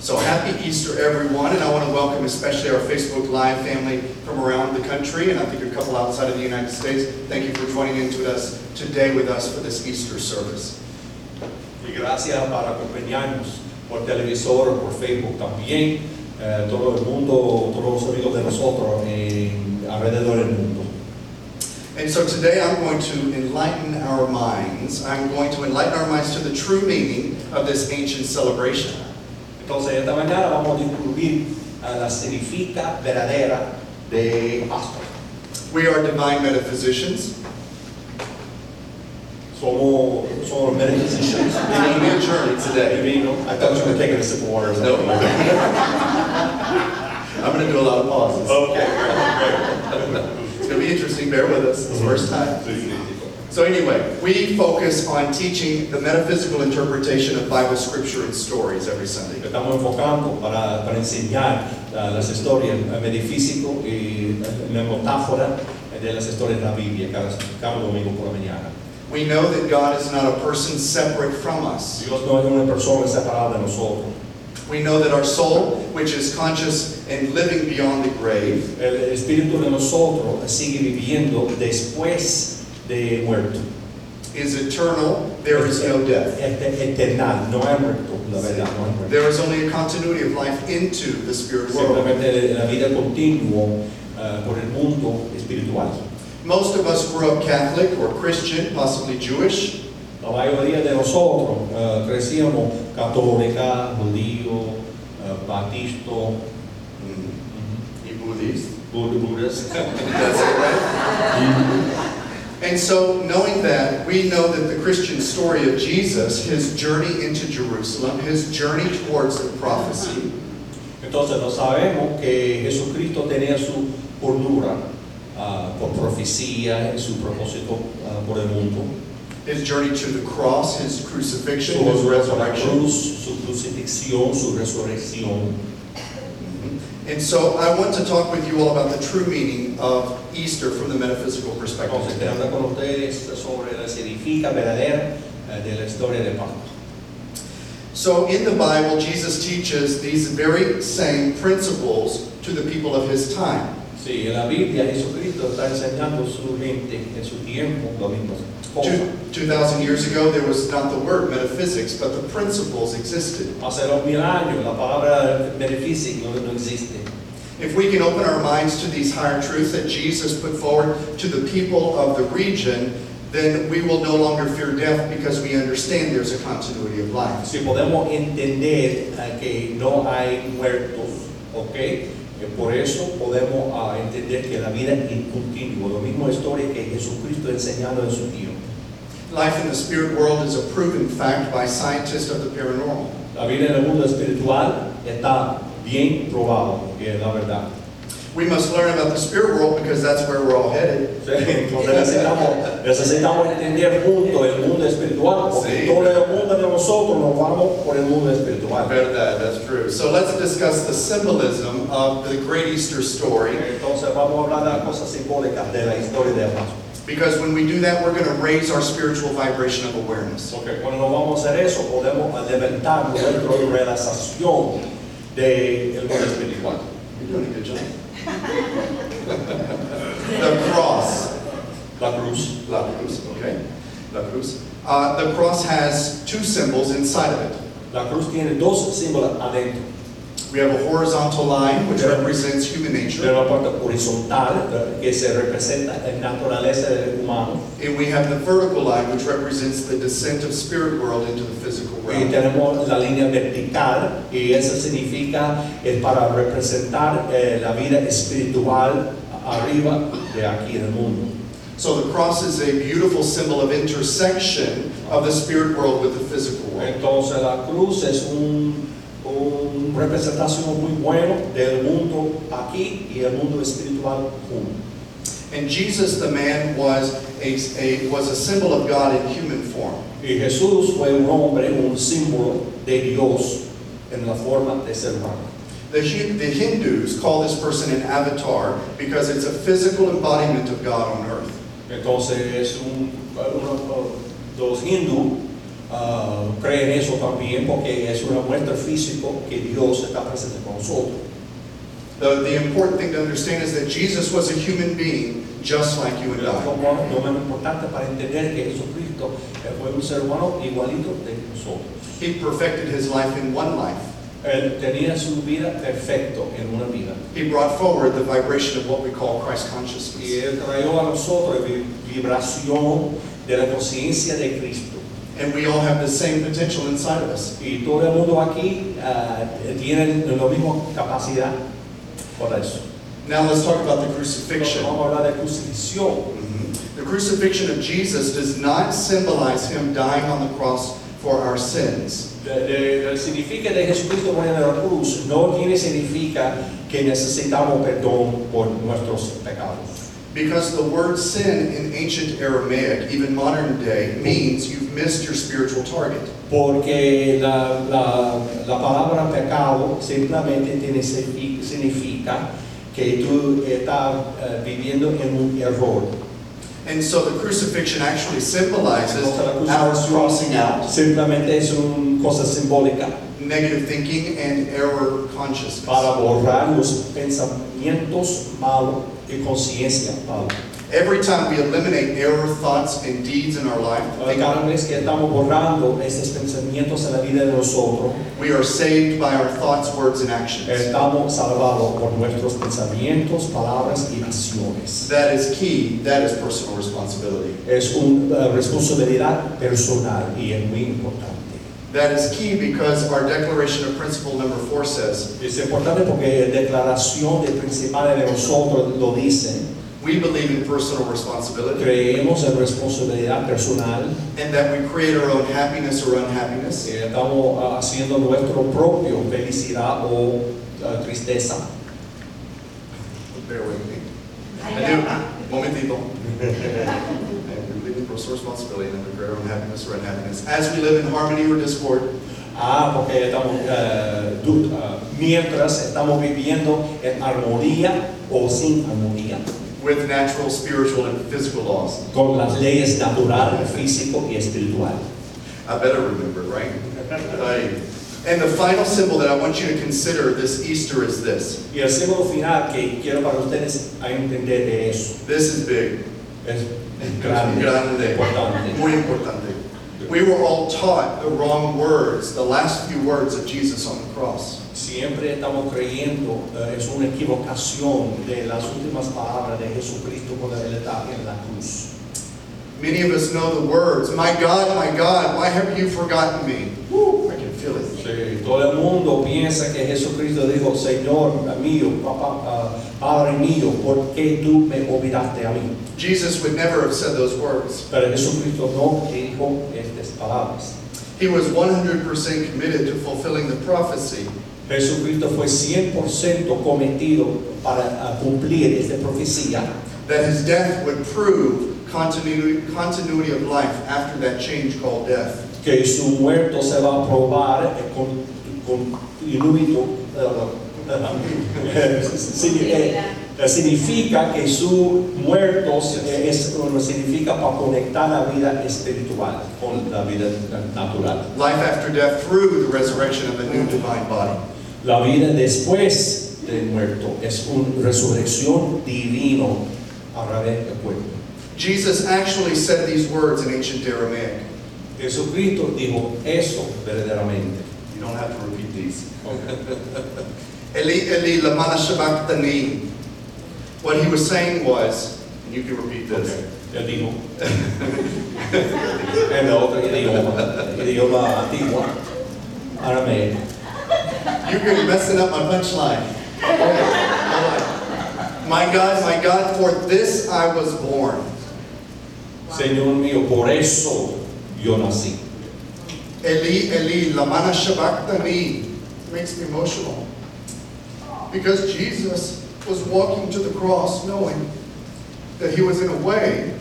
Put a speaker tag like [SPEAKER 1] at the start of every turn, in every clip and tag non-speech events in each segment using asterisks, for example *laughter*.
[SPEAKER 1] So happy Easter, everyone, and I want to welcome especially our Facebook Live family from around the country, and I think a couple outside of the United States. Thank you for joining in to us today with us for this Easter service.
[SPEAKER 2] Y gracias para acompañarnos por televisor o por Facebook también, eh, todo el mundo, todos los amigos de nosotros en- alrededor del mundo.
[SPEAKER 1] And so today I'm going to enlighten our minds. I'm going to enlighten our minds to the true meaning of this ancient celebration.
[SPEAKER 2] Entonces, esta mañana vamos a descubrir a la significa verdadera de Pascua.
[SPEAKER 1] We are divine metaphysicians,
[SPEAKER 2] Somos, somos metaphysicians.
[SPEAKER 1] and we adjourn today.
[SPEAKER 2] Divino. I thought you were taking a sip of water. or
[SPEAKER 1] No. *laughs*
[SPEAKER 2] something.
[SPEAKER 1] I'm going to do a lot of pauses.
[SPEAKER 2] Okay,
[SPEAKER 1] It's going to be interesting, bear with us, it's the first time.
[SPEAKER 2] great, great.
[SPEAKER 1] So anyway, we focus on teaching the metaphysical interpretation of Bible scripture and stories every Sunday.
[SPEAKER 2] Estamos enfocando para, para enseñar ah, las historias eh, metafísico y eh, la metáfora de las historias de la Biblia cada, cada domingo por la mañana.
[SPEAKER 1] We know that God is not a person separate from us.
[SPEAKER 2] Dios no es una persona separada de nosotros.
[SPEAKER 1] We know that our soul, which is conscious and living beyond the grave,
[SPEAKER 2] El espíritu de nosotros sigue viviendo después de muerto.
[SPEAKER 1] is eternal, there is no death.
[SPEAKER 2] Es Este eternal, no es muerto, la verdad, no es muerto.
[SPEAKER 1] There is only a continuity of life into the spirit world.
[SPEAKER 2] Simplemente la vida continua ah, por el mundo espiritual.
[SPEAKER 1] Most of us grew up Catholic or Christian, possibly Jewish.
[SPEAKER 2] La mayoría de nosotros eh, crecíamos católica, judío, eh, batisto,
[SPEAKER 1] Mm-hmm. You Buddhist?
[SPEAKER 2] bud- budas.
[SPEAKER 1] That's it, right? And so, knowing that, we know that the Christian story of Jesus, his journey into Jerusalem, his journey towards the prophecy,
[SPEAKER 2] Entonces nos sabemos que Jesucristo tenía su cordura ah, por profecía, su propósito ah, por el mundo.
[SPEAKER 1] his journey to the cross, his crucifixion, his
[SPEAKER 2] Su
[SPEAKER 1] resurrection.
[SPEAKER 2] cruz, su crucifixión, su resurrección.
[SPEAKER 1] Mm-hmm. And so, I want to talk with you all about the true meaning of Easter from the metaphysical perspective
[SPEAKER 2] Entonces,
[SPEAKER 1] today.
[SPEAKER 2] hablar con ustedes sobre la significa verdadera eh, de la historia de Pablo.
[SPEAKER 1] So, in the Bible, Jesus teaches these very same principles to the people of his time.
[SPEAKER 2] Sí, en la Biblia Jesucristo está enseñando su mente en su tiempo, lo mismo.
[SPEAKER 1] Two- 2,000 years ago, there was not the word metaphysics, but the principles existed.
[SPEAKER 2] Hace dos mil años la palabra metafísica no, no existe.
[SPEAKER 1] If we can open our minds to these higher truths that Jesus put forward to the people of the region, then we will no longer fear death because we understand there's a continuity of life.
[SPEAKER 2] Si podemos entender eh, que no hay muertos, ¿ok? Eh, Por eso podemos ah, entender que la vida es continua, lo mismo historia que Jesucristo enseñando en su tiempo.
[SPEAKER 1] Life in the spirit world is a proven fact by scientists of the paranormal.
[SPEAKER 2] La vida en el mundo espiritual está bien probado, que es la verdad.
[SPEAKER 1] We must learn about the spirit world because that's where we're all headed.
[SPEAKER 2] Sí, Entonces necesitamos, necesitamos entender juntos el mundo espiritual, porque
[SPEAKER 1] Sí.
[SPEAKER 2] todo el mundo de nosotros nos vamos por el mundo espiritual.
[SPEAKER 1] Verdad, that's true. So let's discuss the symbolism of the Great Easter story.
[SPEAKER 2] Entonces vamos a hablar de las cosas simbólicas de la historia de Pascua.
[SPEAKER 1] Because when we do that, we're going to raise our spiritual vibration of awareness.
[SPEAKER 2] Porque cuando vamos a hacer eso, podemos levantar nuestra relación del mundo espiritual.
[SPEAKER 1] You're doing a good job. *laughs* the cross,
[SPEAKER 2] La cruz.
[SPEAKER 1] la cruz, okay, la cruz. Uh, the cross has two symbols inside of it.
[SPEAKER 2] La cruz tiene dos símbolos adentro.
[SPEAKER 1] We have a horizontal line, which
[SPEAKER 2] Yeah.
[SPEAKER 1] represents human
[SPEAKER 2] Tiene
[SPEAKER 1] nature,
[SPEAKER 2] una parte horizontal eh, que se representa en la naturaleza del humano.
[SPEAKER 1] and we have the vertical line, which represents the descent of spirit world into the physical
[SPEAKER 2] Y
[SPEAKER 1] realm.
[SPEAKER 2] tenemos la línea vertical y eso significa es para representar eh, la vida espiritual arriba de aquí en el mundo.
[SPEAKER 1] So the cross is a beautiful symbol of intersection of the spirit world with the physical world.
[SPEAKER 2] Entonces la cruz es un, un representación muy buena del mundo aquí y el mundo espiritual junto.
[SPEAKER 1] And Jesus, the man, was a, a- was a symbol of God in human form.
[SPEAKER 2] Y Jesús fue un hombre, un símbolo de Dios en la forma de ser humano.
[SPEAKER 1] The, Hin- the Hindus call this person an avatar because it's a physical embodiment of God on earth.
[SPEAKER 2] Entonces es un, uno- los hindú ah, cree en eso también porque es una muestra físico que Dios está presente con nosotros.
[SPEAKER 1] The, the important thing to understand is that Jesus was a human being, just like you and
[SPEAKER 2] Lo
[SPEAKER 1] I.
[SPEAKER 2] más- lo más importante para entender que Jesucristo eh, fue un ser humano igualito de nosotros.
[SPEAKER 1] He perfected his life in one life.
[SPEAKER 2] Él tenía su vida perfecto en una vida.
[SPEAKER 1] He brought forward the vibration of what we call Christ
[SPEAKER 2] Y
[SPEAKER 1] consciousness.
[SPEAKER 2] él trayó a nosotros vi- vibración de la conciencia de Cristo.
[SPEAKER 1] And we all have the same potential inside of us.
[SPEAKER 2] Y todo el mundo aquí ah, tiene la misma capacidad para eso.
[SPEAKER 1] Now let's talk about the
[SPEAKER 2] Entonces,
[SPEAKER 1] crucifixion.
[SPEAKER 2] Vamos a hablar de crucifixión.
[SPEAKER 1] The crucifixion of Jesus does not symbolize him dying on the cross for our sins.
[SPEAKER 2] De- de- el significado de Jesucristo morir en la cruz no tiene significa que necesitamos perdón por nuestros pecados.
[SPEAKER 1] Because the word sin in ancient Aramaic, even modern day, means you've missed your spiritual target.
[SPEAKER 2] Porque la, la- la palabra pecado simplemente tiene, signifi- significa que tú estás eh, viviendo en un error.
[SPEAKER 1] And so the crucifixion actually symbolizes
[SPEAKER 2] Entonces, la
[SPEAKER 1] our
[SPEAKER 2] crucifixión
[SPEAKER 1] crossing out
[SPEAKER 2] Simplemente es una cosa simbólica
[SPEAKER 1] negative thinking and error consciousness.
[SPEAKER 2] para borrar los pensamientos malos y conciencia mala.
[SPEAKER 1] Every time we eliminate error thoughts and deeds in our life,
[SPEAKER 2] Ahora, Cada vez que estamos borrando esos pensamientos en la vida de nosotros,
[SPEAKER 1] we are saved by our thoughts, words, and actions.
[SPEAKER 2] estamos salvados por nuestros pensamientos, palabras y acciones.
[SPEAKER 1] That is key. That is personal responsibility.
[SPEAKER 2] Es una responsabilidad personal y es muy importante.
[SPEAKER 1] That is key because our declaration of principle number four says,
[SPEAKER 2] Es importante porque la declaración de principales de nosotros lo dicen.
[SPEAKER 1] we believe in personal responsibility
[SPEAKER 2] Creemos en responsabilidad personal,
[SPEAKER 1] and that we create our own happiness or unhappiness.
[SPEAKER 2] eh, estamos ah, haciendo nuestro propio felicidad o ah, tristeza.
[SPEAKER 1] Bear with me.
[SPEAKER 3] I
[SPEAKER 1] I do. Momentito. And we believe in personal responsibility and that we create our own happiness or unhappiness as we live in harmony or discord
[SPEAKER 2] Ah, porque estamos, eh, du- ah, mientras estamos viviendo en armonía o sin armonía,
[SPEAKER 1] with natural, spiritual, and physical laws.
[SPEAKER 2] con las leyes naturales, físico y espiritual.
[SPEAKER 1] I better remember, right? Aye. And the final symbol that I want you to consider this Easter is this.
[SPEAKER 2] Y el símbolo final que quiero para ustedes a entender de eso
[SPEAKER 1] This is big.
[SPEAKER 2] es grande,
[SPEAKER 1] Grande.
[SPEAKER 2] importante.
[SPEAKER 1] Muy importante. We were all taught the wrong words, the last few words of Jesus on the cross.
[SPEAKER 2] Siempre estamos creyendo, eh, es una equivocación de las últimas palabras de Jesucristo cuando él está en la cruz.
[SPEAKER 1] Many of us know the words, "My God, my God, why have you forgotten me?" Woo, I can feel it.
[SPEAKER 2] Sí, todo el mundo piensa que Jesucristo dijo, Señor mío, papá, ah, Padre mío, ¿por qué tú me olvidaste a mí?
[SPEAKER 1] Jesus would never have said those words.
[SPEAKER 2] Pero Jesucristo no dijo estas palabras.
[SPEAKER 1] He was 100% committed to fulfilling the prophecy
[SPEAKER 2] Jesucristo fue 100% cometido para ah, cumplir esta profecía,
[SPEAKER 1] that his death would prove continuity, continuity of life after that change called death.
[SPEAKER 2] que su muerto se va a probar eh, con, con inuito, eh, *laughs* signi- eh, eh, significa que su muerto se- eh, es, significa para conectar la vida espiritual con la vida natural.
[SPEAKER 1] Life after death through the resurrection of a new divine body.
[SPEAKER 2] La vida después del muerto es una resurrección divino a través del cuerpo.
[SPEAKER 1] Jesus actually said these words in ancient Aramaic.
[SPEAKER 2] Jesucristo dijo eso verdaderamente.
[SPEAKER 1] You don't have to repeat these. Eli, Eli, lama sabachthani. What he was saying was, and you can repeat this.
[SPEAKER 2] Él dijo. *laughs* en el otro idioma, idioma antiguo, arameo.
[SPEAKER 1] You're messing up my punchline. My God, my God, for this I was born.
[SPEAKER 2] Señor mío, por eso yo nací.
[SPEAKER 1] Eli, Eli, lama sabachthani. Makes me emotional. Because Jesus was walking to the cross knowing that he was in a way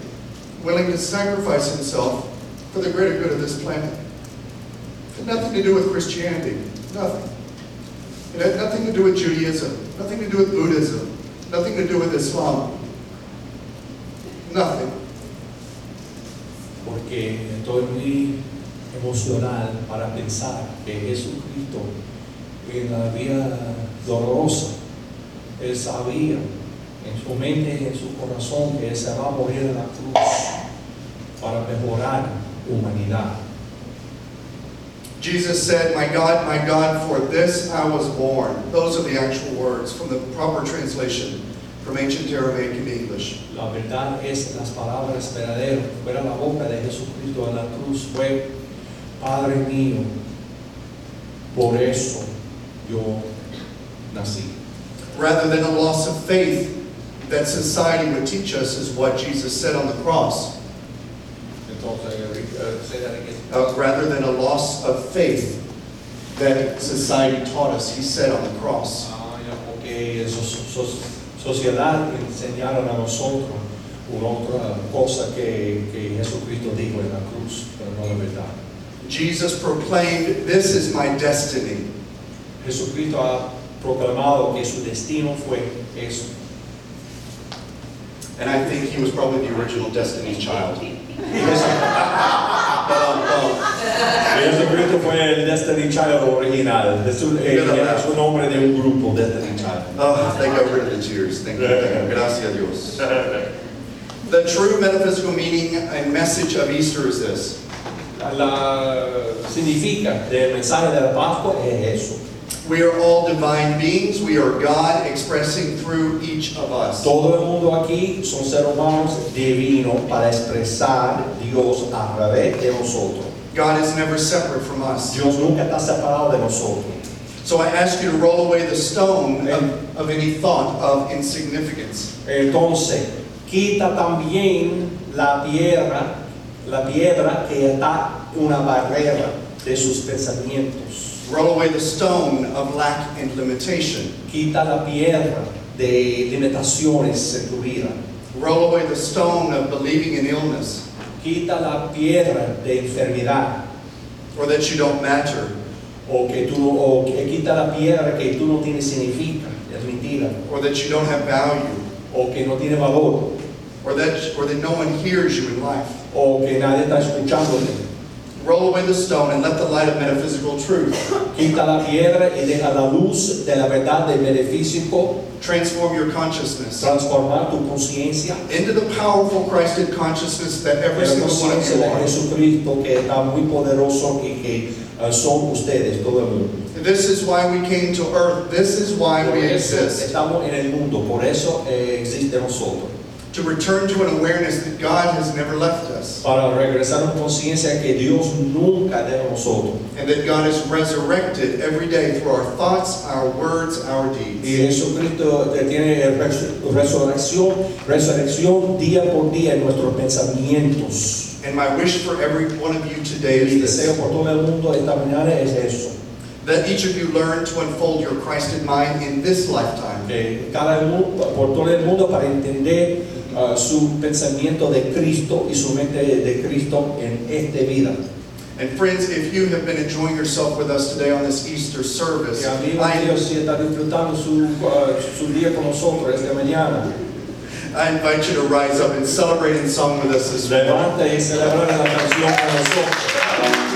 [SPEAKER 1] willing to sacrifice himself for the greater good of this planet. It had nothing to do with Christianity, nothing. It had nothing to do with Judaism, nothing to do with Buddhism, nothing to do with Islam, nothing.
[SPEAKER 2] Porque estoy muy emocional para pensar que Jesucristo en la vida dolorosa, él sabía en su mente y en su corazón que él se va a morir en la cruz para mejorar humanidad.
[SPEAKER 1] Jesus said, My God, my God, for this I was born. Those are the actual words from the proper translation from ancient Aramaic and English.
[SPEAKER 2] La verdad es las palabras verdaderas fuera la boca de Jesucristo en la cruz fue Padre mío, por eso yo nací.
[SPEAKER 1] Rather than a loss of faith that society would teach us is what Jesus said on the cross.
[SPEAKER 2] Entonces, eh, say that again.
[SPEAKER 1] Uh, rather than a loss of faith that society taught us, he said on the cross.
[SPEAKER 2] Ah, ya, porque so- so- so- sociedad enseñaron a nosotros una otra cosa que, que Jesucristo dijo en la cruz, pero no la verdad.
[SPEAKER 1] Jesus proclaimed, This is my destiny.
[SPEAKER 2] Jesucristo ha proclamado que su destino fue eso.
[SPEAKER 1] And I think he was probably the original Destiny's Child. But, um,
[SPEAKER 2] Jesucristo fue el Destiny Child original, de su- eh, era su nombre de un grupo, Destiny Child.
[SPEAKER 1] oh, thank God for the tears. Thank you. Thank you. Gracias a Dios. The true metaphysical meaning and message of Easter is this
[SPEAKER 2] La, la- significa del mensaje de la Pascua es eso.
[SPEAKER 1] We are all divine beings. We are God expressing through each of us.
[SPEAKER 2] Todo el mundo aquí son seres humanos divinos para expresar Dios a través de nosotros.
[SPEAKER 1] God is never separate from us.
[SPEAKER 2] Dios nunca está separado de nosotros.
[SPEAKER 1] So I ask you to roll away the stone of, of any thought of insignificance.
[SPEAKER 2] Entonces, quita también la piedra, la piedra que está una barrera de sus pensamientos.
[SPEAKER 1] Roll away the stone of lack and limitation.
[SPEAKER 2] Quita la piedra de limitaciones en tu vida.
[SPEAKER 1] Roll away the stone of believing in illness.
[SPEAKER 2] Quita la piedra de enfermedad.
[SPEAKER 1] or that you don't matter,
[SPEAKER 2] O que tú no- o que quita la piedra que tú no tienes significa, es mentira.
[SPEAKER 1] or that you don't have value,
[SPEAKER 2] o que no tiene valor,
[SPEAKER 1] or that, or that no one hears you in life.
[SPEAKER 2] o que nadie está escuchándote.
[SPEAKER 1] Roll away the stone and let the light of metaphysical truth
[SPEAKER 2] Quita la piedra y deja la luz de la verdad del beneficio
[SPEAKER 1] transform your consciousness
[SPEAKER 2] transformar tu conciencia
[SPEAKER 1] into the powerful Christed consciousness that
[SPEAKER 2] la
[SPEAKER 1] every single one
[SPEAKER 2] conciencia de
[SPEAKER 1] of you are.
[SPEAKER 2] Jesucristo que está muy poderoso y que eh, son ustedes, todo el mundo.
[SPEAKER 1] This is why we came to earth. This is why
[SPEAKER 2] Por
[SPEAKER 1] we
[SPEAKER 2] eso
[SPEAKER 1] exist.
[SPEAKER 2] estamos en el mundo, por eso eh, existe nosotros.
[SPEAKER 1] To return to an awareness that God has never left us,
[SPEAKER 2] Para regresar a una conciencia que Dios nunca deja a nosotros.
[SPEAKER 1] and that God is resurrected every day through our thoughts, our words, our
[SPEAKER 2] Y
[SPEAKER 1] deeds.
[SPEAKER 2] Jesucristo te tiene resu- resurrección, resurrección día por día en nuestros pensamientos.
[SPEAKER 1] And my wish for every one of you today
[SPEAKER 2] El
[SPEAKER 1] is
[SPEAKER 2] deseo
[SPEAKER 1] this.
[SPEAKER 2] por todo el mundo esta mañana es eso,
[SPEAKER 1] That each of you learn to unfold your Christed mind in this lifetime.
[SPEAKER 2] que Eh, cada uno, por todo el mundo para entender ah, su pensamiento de Cristo y su mente de Cristo en esta vida.
[SPEAKER 1] And friends, if you have been enjoying yourself with us today on this Easter service,
[SPEAKER 2] Y amigos, Dios
[SPEAKER 1] I,
[SPEAKER 2] si está disfrutando su, ah, su día con nosotros esta mañana.
[SPEAKER 1] I invite you to rise up and celebrate in song with us this morning.
[SPEAKER 2] Levanta y celebra la canción con nosotros.